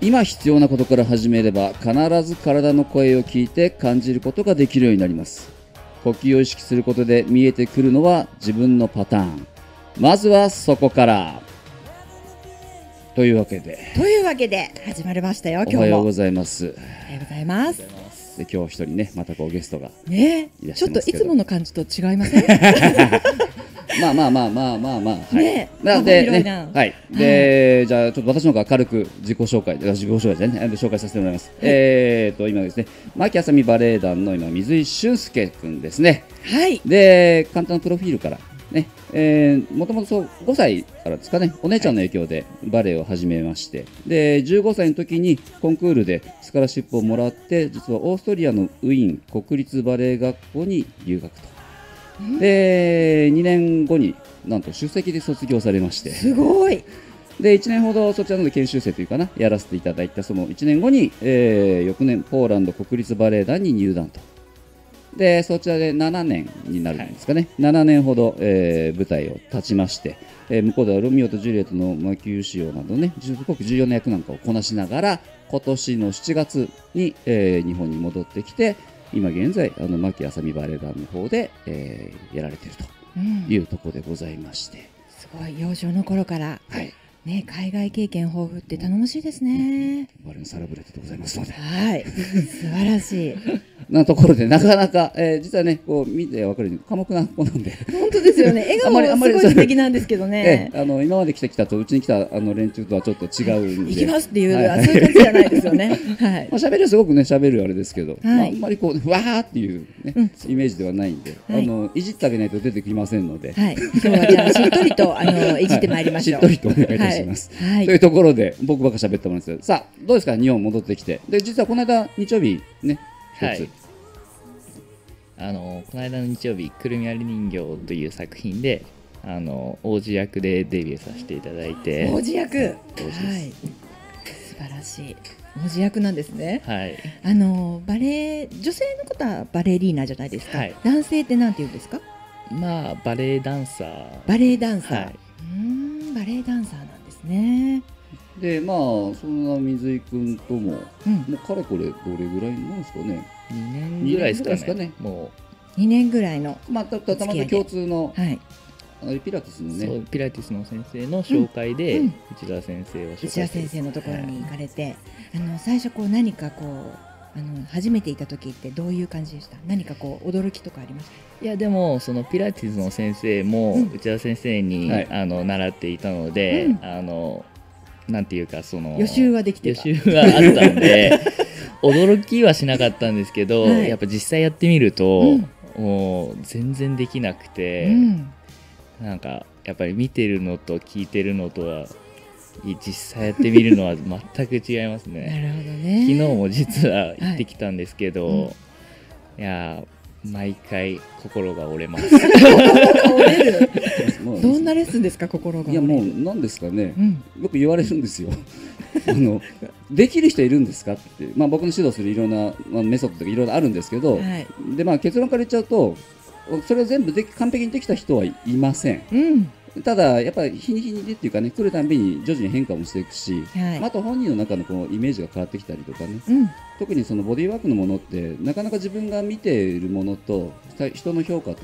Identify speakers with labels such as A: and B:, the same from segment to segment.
A: 今必要なことから始めれば必ず体の声を聞いて感じることができるようになります呼吸を意識することで見えてくるのは自分のパターンまずはそこからというわけで
B: というわけで始まりましたよ
A: お
B: 今
A: は
B: 日
A: よう
B: も
A: ございます
B: おはようございます
A: で今日一人ねまたこうゲストが
B: ね
A: いらっ
B: ち
A: しゃ
B: ょ
A: いま
B: っと
A: すけ
B: い
A: ど
B: つもの感じと違い ません
A: まあまあまあまあまあまあ、はい、
B: ねえ
A: なので
B: 幅広い
A: ね
B: な
A: はいで、じゃあちょっと私の方が軽く自己紹介あ自己紹介じゃないねあの紹介させてもらいます、えーと今ですね牧あさみバレエ団の今水井俊介君ですね
B: はい
A: で簡単なプロフィールからねえー、もともとそう5歳からですかねお姉ちゃんの影響でバレエを始めまして、で15歳の時にコンクールでスカラシップをもらって実はオーストリアのウィーン国立バレエ学校に留学とで2年後になんと出席で卒業されまして
B: すごい
A: で1年ほどそちらの方で研修生というかなやらせていただいたその1年後に、えー翌年ポーランド国立バレエ団に入団とでそちらで7年になるんですかね、7年ほど、えー舞台を立ちまして、えー向こうではロミオとジュリエットの魔球仕様などねすごく重要な役なんかをこなしながら今年の7月に、えー日本に戻ってきて今現在あの牧あさみバレエ団の方で、えーやられている
B: う
A: とい
B: ん
A: うところでございまして、
B: すごい幼少の頃から
A: はい、
B: ね海外経験豊富って頼もしいですね
A: 我々のサラブレッドでございますので。
B: はい素晴らしい
A: なところで、なかなか、えー実はね、こう見てわかるように、寡黙な子なんで、
B: 本当ですよね笑
A: あんまりあ
B: 顔
A: ん
B: も
A: まり
B: すごい素敵なんですけど
A: え
B: ね
A: えあの今まで来てきたと、うちに来たあの連中とはちょっと違うん
B: 行
A: で、
B: き
A: ま
B: ますっていう、
A: はい
B: そういう感じじゃないですよねはい
A: あ喋りはすごくね、喋るあれですけど、まあ、あんまりこう、わーっていう、ね
B: うん
A: イメージではないんで、
B: はい
A: い、あの、いじってあげないと出てきませんので、
B: はい今日はじゃあしっとりとあのいじってまいりましょう、
A: はいしっとりとお願いいたします。
B: はい
A: というところで、僕ばっか喋ってもらうんですけどさあ、どうですか、日本戻ってきて、で実はこの間、日曜日ね、一つ、
C: はいあのこの間の日曜日「くるみ割り人形」という作品であの王子役でデビューさせていただいて
B: 王子役、はい
A: 王子です、
B: 素晴らしい王子役なんですね
C: はい
B: あのバレエ女性の方はバレリーナじゃないですか、
C: はい
B: 男性ってなんて言うんですか
C: まあバレエダンサー
B: バレエダンサー、
C: はいう
B: ーんバレエダンサーなんですね
A: で、まあ、そんな水井君とも、
B: うん
A: もうかれこれ、どれぐらいなんですかね。
C: 2年ぐらいですか
A: 二年ぐらいですか
C: ね
A: ね
C: も
B: 2年ぐらいの
A: まあ、たたたまたま共通の
B: はい
A: あのピラティス
C: う,、
A: のね
C: そうピラティスの先生の紹介で、
B: うんうん
C: 内田先生を紹介
B: 内田先生のところに行かれて、あの最初こう何かこうあの初めていた時ってどういう感じでした何かこう驚きとかありまし
C: いやでもそのピラティスの先生も
B: うん
C: 内田先生に、
A: はい
C: あの習っていたので、
B: うん
C: あのなんていうかその
B: た予習はできて
C: 予
B: た
C: 習はあった ので驚きはしなかったんですけど、
B: はい
C: やっぱ実際やってみると、
B: うん
C: もう全然できなくて、
B: うん
C: なんかやっぱり見てるのと聞いてるのとはい実際やってみるのは全く違います
B: な
C: ね。
B: るほど ね
C: 昨日も実は行
B: は
C: っ
B: い
C: てきたんですけど、
B: う
C: い
B: ん
C: やー毎回心が折れます。
B: 折れる
A: もう
B: どんなレッスンですか心が
A: いやもう
B: う、
A: 何ですかね
B: う、ん、
A: よく言われるんですよ あのできる人いるんですかって、まあ、僕の指導するいろんな、まあ、メソッドとかいろいろあるんですけど、
B: はい、
A: でまあ、結論から言っちゃうとそれを全部でき完璧にできた人はいません
B: うん、
A: ただやっぱり日に日にでっていうかね来るたんびに徐々に変化もしていくし、
B: はい、
A: あと本人の中のこのイメージが変わってきたりとかね
B: うん、
A: 特にそのボディーワークのものってなかなか自分が見ているものと人の評価と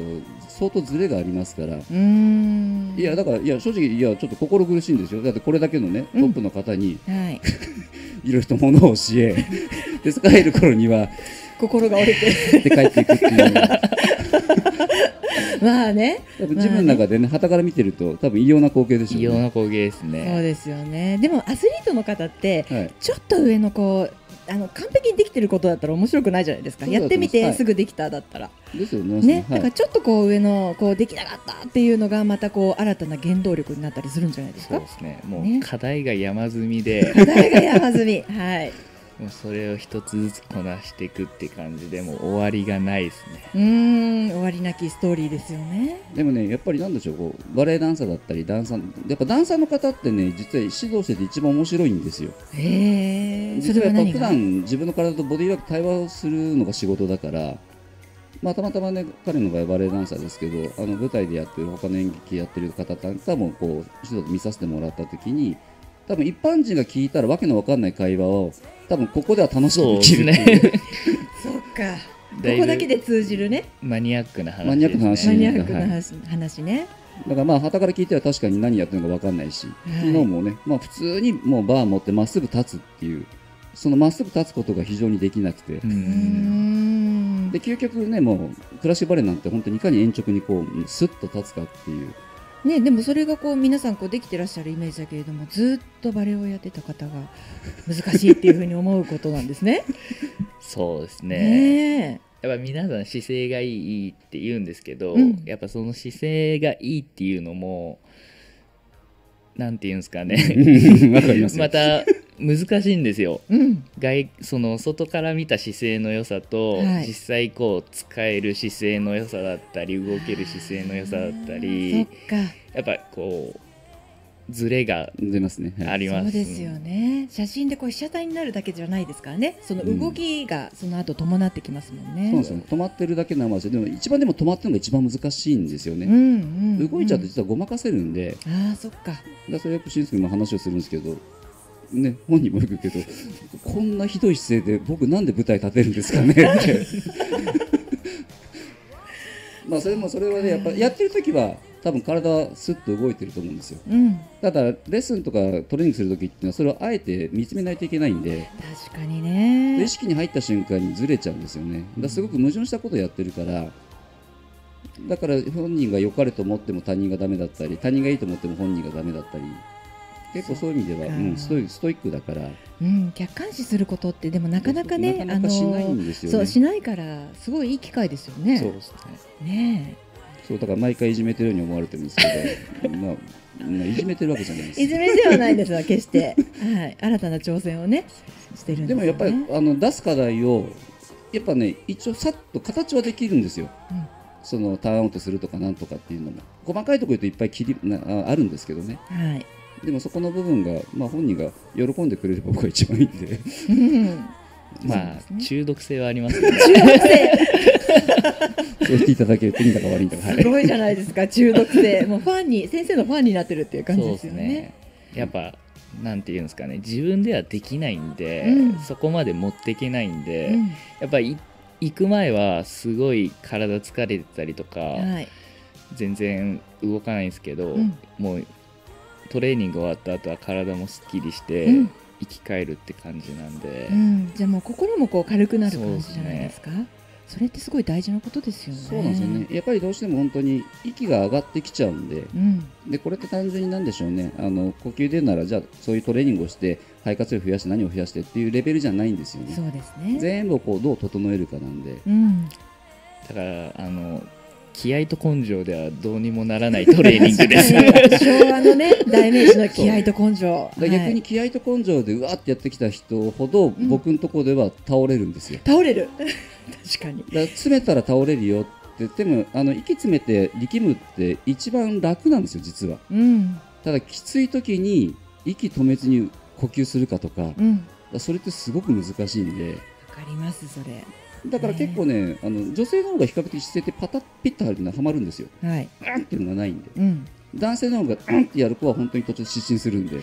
A: 相当ズレがありますから
B: うーん、
A: いやだからいや正直いやちょっと心苦しいんですよだってこれだけのねト
B: うん
A: ップの方に
B: はい、
A: いろいろと物を教え、 で帰る頃には
B: 心が折れて、
A: で帰っていくっていうのがやっ
B: まあね、
A: ぱ自分の中でね傍から見てると多分異様な光景でし
C: 異
A: ょう
C: 様
A: ね。
C: な光景です
B: そう
C: ね。
B: ですよね。でもアスリートの方って
A: はい
B: ちょっと上のこうあの完璧にできてることだったら面白くないじゃないですか。
A: そうだと
B: やっ
A: 思いま
B: て
A: す
B: みて
A: はい
B: すぐできただったら、
A: ですよね。
B: ね、
A: は
B: だから
A: い、
B: ちょっとこう上のこうできなかったっていうのがまたこう新たな原動力になったりするんじゃないです
C: そう
B: か
C: で。すね。も
B: ね
C: う課題が山積みで、
B: 誰が山積み、はい。
C: もうそれを一つずつこなしていくって感じでもう終わりがないですね。
B: うーん、終わりなきストーリーですよね。
A: でもねやっぱりなんでしょうこうバレエダンサーだったりダンサーやっぱダンサーの方ってね実は指導してて一番面白いんですよ。
B: へえ、そ
A: 実
B: れ
A: は
B: は
A: やっぱ
B: 何
A: 普
B: が？
A: 段自分の体とボディーワーク対話をするのが仕事だから、まあ、たまたまね彼の場合バレエダンサーですけどあの舞台でやってる他の演劇やってる方なんかもこう指導見させてもらった時に多分一般人が聞いたらわけのわかんない会話を多分ここでは楽し
C: そ
A: く
C: う
A: で
C: で
A: き
C: す
A: る
C: ね
B: そっか
C: だいぶ
B: ここだけで通じるね
C: マニアックな話です、ね、
A: マニアックな話
B: マ
A: ね
B: ニアックな話,、話ね
A: だからまあ旗から聞いては確かに何やってるのかわかんないし、
B: はい
A: 昨日もね、まあ、普通にもうバー持ってまっすぐ立つっていうそのまっすぐ立つことが非常にできなくて
C: う
B: うー
C: ん
B: ん
A: で究極ねもうクラシックバレエなんて本当にいかに鉛直にこうスッと立つかっていう
B: ねでもそれがこう皆さんこうできてらっしゃるイメージだけれどもずっとバレエをやってた方が難しいっていうふうに思うことなんで すね
C: そうですね
B: ね
C: やっぱ皆さん姿勢がいいいいって言うんですけど、
B: うん
C: やっぱその姿勢がいいっていうのもなんていうんですかね
A: わかりますよ
C: また難しいんですよ
B: えうん
C: 外その外から見た姿勢の良さと、
B: はい
C: 実際こう使える姿勢の良さだったり動ける姿勢の良さだったり
B: そっか
C: やっぱこうズレが
A: 出ますね、はい
C: あります
B: そうですよね写真でこう被写体になるだけじゃないですからねその
A: うん
B: 動きがその後伴ってきますもん
A: そうなん
B: ね
A: ですよね止まってるだけなんですよでも一番でも止まってるのが一番難しいんですよ
B: う
A: ね、
B: んうんうん
A: 動いちゃうと実はごまかせるんで、
B: ああそっか
A: だそれよく俊介も話をするんですけど、ね、本人もよく言うけど、こんなひどい姿勢で、僕、なんで舞台立てるんですかねって。 まあそれもそれはね、やっぱやってる時は、多分体はすっと動いてると思うんですよ。
B: うん
A: ただ、レッスンとかトレーニングする時っていうのは、それをあえて見つめないといけないんで、
B: 確かに
A: で
B: ね
A: 意識に入った瞬間にずれちゃうんですよね。だからすごく矛盾したことをやってるから、だから本人が良かれと思っても他人がダメだったり、他人がいいと思っても本人がダメだったり、結構そういう意味では、
B: そっ
A: う
B: か
A: ん、ストイストイックだから、
B: うん客観視することってでもなかなかね
A: なかなかしないんです
B: あの
A: よね。
B: そうしないからすごいいい機会ですよね
A: そうですね。
B: ね
A: そうだから毎回いじめてるように思われてるんですけど、 まあ、まあいじめてるわけじゃないで
B: えい
A: す。
B: ずれではないですわ決して、 はい、新たな挑戦をねしてるんです
A: で
B: よ
A: も
B: ね
A: やっぱりあの出す課題をやっぱね一応さっと形はできるんですよ、
B: うん
A: そのターンアウトするとかなんとかっていうのも細かいところ言うといっぱい切りなああるんですけどね
B: はい
A: でもそこの部分が、まあ、本人が喜んでくれれば僕は一番いいんで
B: うん
C: まあ、
B: そうですね
C: 中毒性はありますよね
A: そう言っていただけるといいんだか悪いんだか、は
B: す
A: い、
B: ごいじゃないです か中毒性もうファンに先生のファンになってるっていう感じ
C: そう
B: で
C: ですす
B: よね
C: ねやっぱなんていうんですかね自分ではできないんで、
B: うん
C: そこまで持っていけないんで、
B: うん
C: やっぱり行く前はすごい体疲れてたりとか、
B: はい
C: 全然動かないんですけど、
B: うん
C: もうトレーニング終わった後は体もすっきりして、
B: うん
C: 生き返るって感じなんで、
B: うんじゃあもう心もこう軽くなる感じじゃないですかそれってすごい大事なことですよね
A: そうなんですよねやっぱりどうしても本当に息が上がってきちゃうんで
B: うん
A: でこれって単純になんでしょうねあの呼吸で言うならじゃあそういうトレーニングをして肺活量増やして何を増やしてっていうレベルじゃないんですよね
B: そうですね
A: 全部をこうどう整えるかなんで
B: うん
C: だからあの気合と根性ではどうにもならないトレーニン グです
B: 昭和のね代名詞の気合と根性
A: だから逆
B: は
A: に
B: い
A: 気合と根性でうわーってやってきた人ほど
B: ん
A: 僕のところでは倒れるんですよ、
B: 倒れる 確かに
A: だから詰めたら倒れるよって言ってもあの息詰めて力むって一番楽なんですよ実は
B: うん
A: ただきつい時に息止めずに呼吸するかとかだか
B: うん
A: らそれってすごく難しいんで
B: わかりますそれ
A: だから結構ね、あの女性の方が比較的姿勢ってパタッピッとはまるんですよ
B: はい
A: うんっていうのがないんで
B: うん
A: 男性の方がうんってやる子は本当に途中失神するんで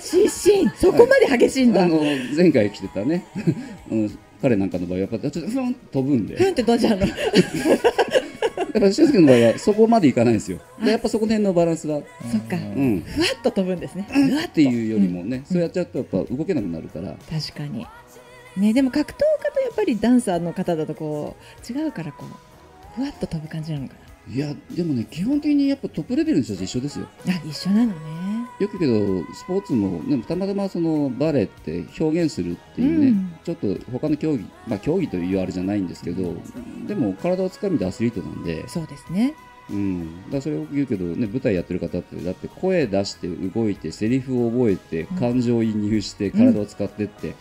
B: 失神そこまで激しいんだ
A: あ
B: ふん
A: の前回来てたね、 うん、彼なんかの場合はやっぱちょっとふんって飛ぶんで
B: ってどうじゃんの
A: やっぱ俊介の場合はそこまでいかないんですよでやっぱそこの辺のバランスが
B: そっか
C: う
A: うんん
B: ふわっと飛ぶんですね。ふわっ
A: っていうよりもね、そうやっちゃうとやっぱ動けなくなるから
B: 確かに。ね、でも格闘家とやっぱりダンサーの方だとこう違うからこうふわっと飛ぶ感じなのか
A: いやでもね基本的にやっぱトップレベルの人たち一緒ですよ
B: な。あ、一緒なのね。
A: よくけどスポーツも、ね、たまたまそのバレエって表現するっていうね、
B: うん
A: ちょっと他の競技まあ競技というあれじゃないんですけどでも体をつかみでアスリートなんで、
B: そうですね。
A: うん、だからそれを言うけど、ね、舞台やってる方ってだって声出して動いてセリフを覚えて
B: うん
A: 感情を移入して体を使ってって、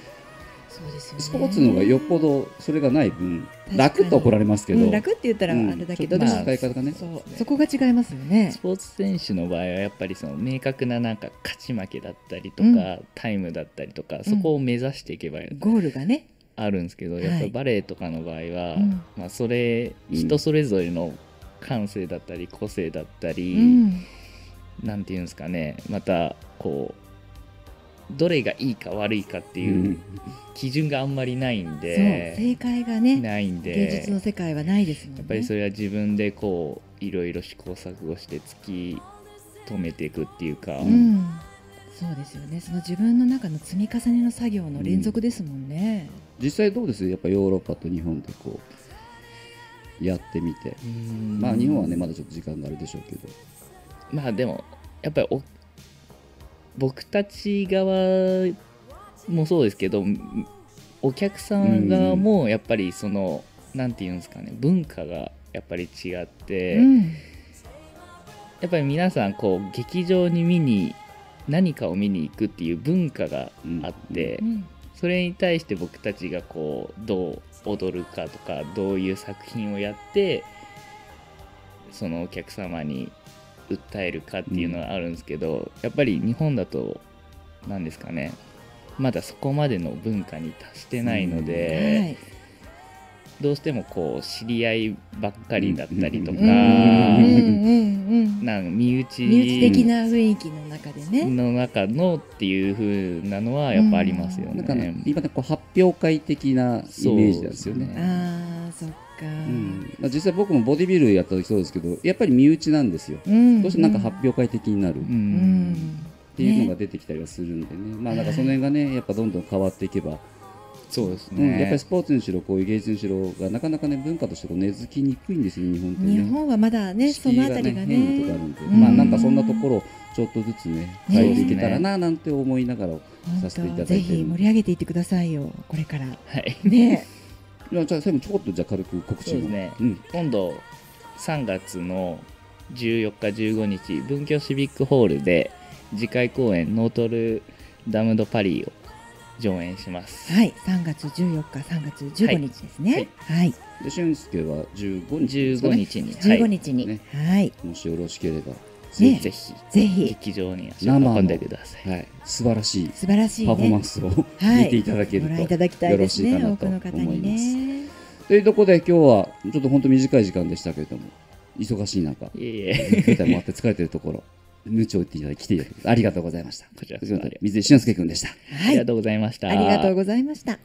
B: そうですよね。
A: スポーツの方がよっぽどそれがない分
B: かに
A: 楽と怒られますけど、
B: うん楽って言ったら
A: うん
B: あれだけど、
A: ちょっと
B: でも、
A: まあ使い方がね
B: そうそこが違いますよね
C: ス。ポーツ選手の場合はやっぱりその明確ななんか勝ち負けだったりと
B: う
C: か、
B: ん
C: タイムだったりとかそこを目指していけば
B: ゴールがね。
C: あるんですけど、
B: はい
C: やっぱりバレエとかの場合は、
B: うん
C: まあ、それ
A: うん
C: 人それぞれの感性だったり個性だった
B: う
C: り、
B: ん。
C: なんていうんですかねまたこうどれがいいか悪いかって
A: て
C: いううん基準があんまりない
B: そ
C: ん
B: う
C: で、
B: 正解がね
C: ないん
B: 芸
C: で
B: 術の世界はないですもんね
C: やっぱりそれは自分でこういろいろ試行錯誤して突き止めていくっていうか、
B: うん、そうですよねその自分の中の積み重ねの作業の連続ですもんね、
A: 実際どうですやっぱヨーロッパと日本でこうやってみて
C: うん
A: まあ日本はねまだちょっと時間があるでしょうけど
C: まあでもやっぱりお僕たち側もそうですけどんお客さん側もやっぱりその、なんていうんですかね文化がやっぱり違って、
B: うん
C: やっぱり皆さんこう劇場に見に何かを見に行くっていう文化があって、
B: うん
C: それに対して僕たちがこうどう踊るかとかどういう作品をやってそのお客様に訴えるかっていうのがあるんですけど、やっぱり日本だと何ですかねまだそこまでの文化に達してないので、
B: はい
C: どうしてもこう知り合いばっかりだったりとか、
A: うん
B: うんうんうん
C: なんか身内
B: 身内的な雰囲気の中でね、
C: の中のっていう風なのはやっぱありますよね。
A: なんかあの今ねこう発表会的なイメージなんですよ
C: そうです
A: ね
C: ね
B: ああそっか、う
A: う、んまあ、実際僕もボディビルやった時そうですけどやっぱり身内なんですよ
B: うん
A: どうしてもなんか発表会的になるっ
C: う
B: うんん
A: ていうのが出てきたりはするんでね、まあなんかその辺がねやっぱどんどん変わっていけば、
C: そうです
A: うんやっぱり
C: ね
A: ス。ポーツにしろこういう芸術にしろがなかなかね文化としてこう根付きにくいんですよ日本って
B: 日
A: ね。
B: 本はまだねそ
A: 敷居
B: のあたりが
A: 変にとかある
B: ね
A: んで、
B: うん
A: まあなんかそんなところをちょっとずつね
B: ね
A: 変えていけたらななんて思いながら、
B: 本
A: させていただ
B: 当
A: いてる
B: ぜひ盛り上げていってくださいよこれから
C: はい。
B: ね
A: いやじゃあ最後にちょこっとじゃあ軽く告知
C: そう
A: も
C: ですね
A: うん
C: 今度3月の14日15日文京シビックホールで次回公演ノートルダム・ド・パリを上演します、
B: はい3月14日3月15日ですねはい、
A: で俊介は15日ですか
C: 15
A: ね
C: 日に、
B: 15
C: はい
B: 日に
A: ね
B: はい
A: もしよろしければ、
B: ね
C: ぜひ
B: ぜひ
C: 劇場に足を運んでください、
A: はい、素晴らしい
B: 素晴らしい
A: パフォーマ
B: ね
A: ンスを
B: はい
A: 見ていただける
B: ご
A: と、
B: 覧いただきたいですね
A: よろしい
B: 多
A: か
B: く
A: な
B: の
A: と
B: 方
A: 思います
B: にね
A: というところで今日はちょっと本当短い時間でしたけれども忙しい中
C: い、えいえ
A: 舞台もあって疲れてるところ無知を言っていただき来ていただきありがとうございました
C: こちらこそ
A: 水井俊介君でした
B: は
C: あり
B: い
C: がとうございました、
B: ありがとうございました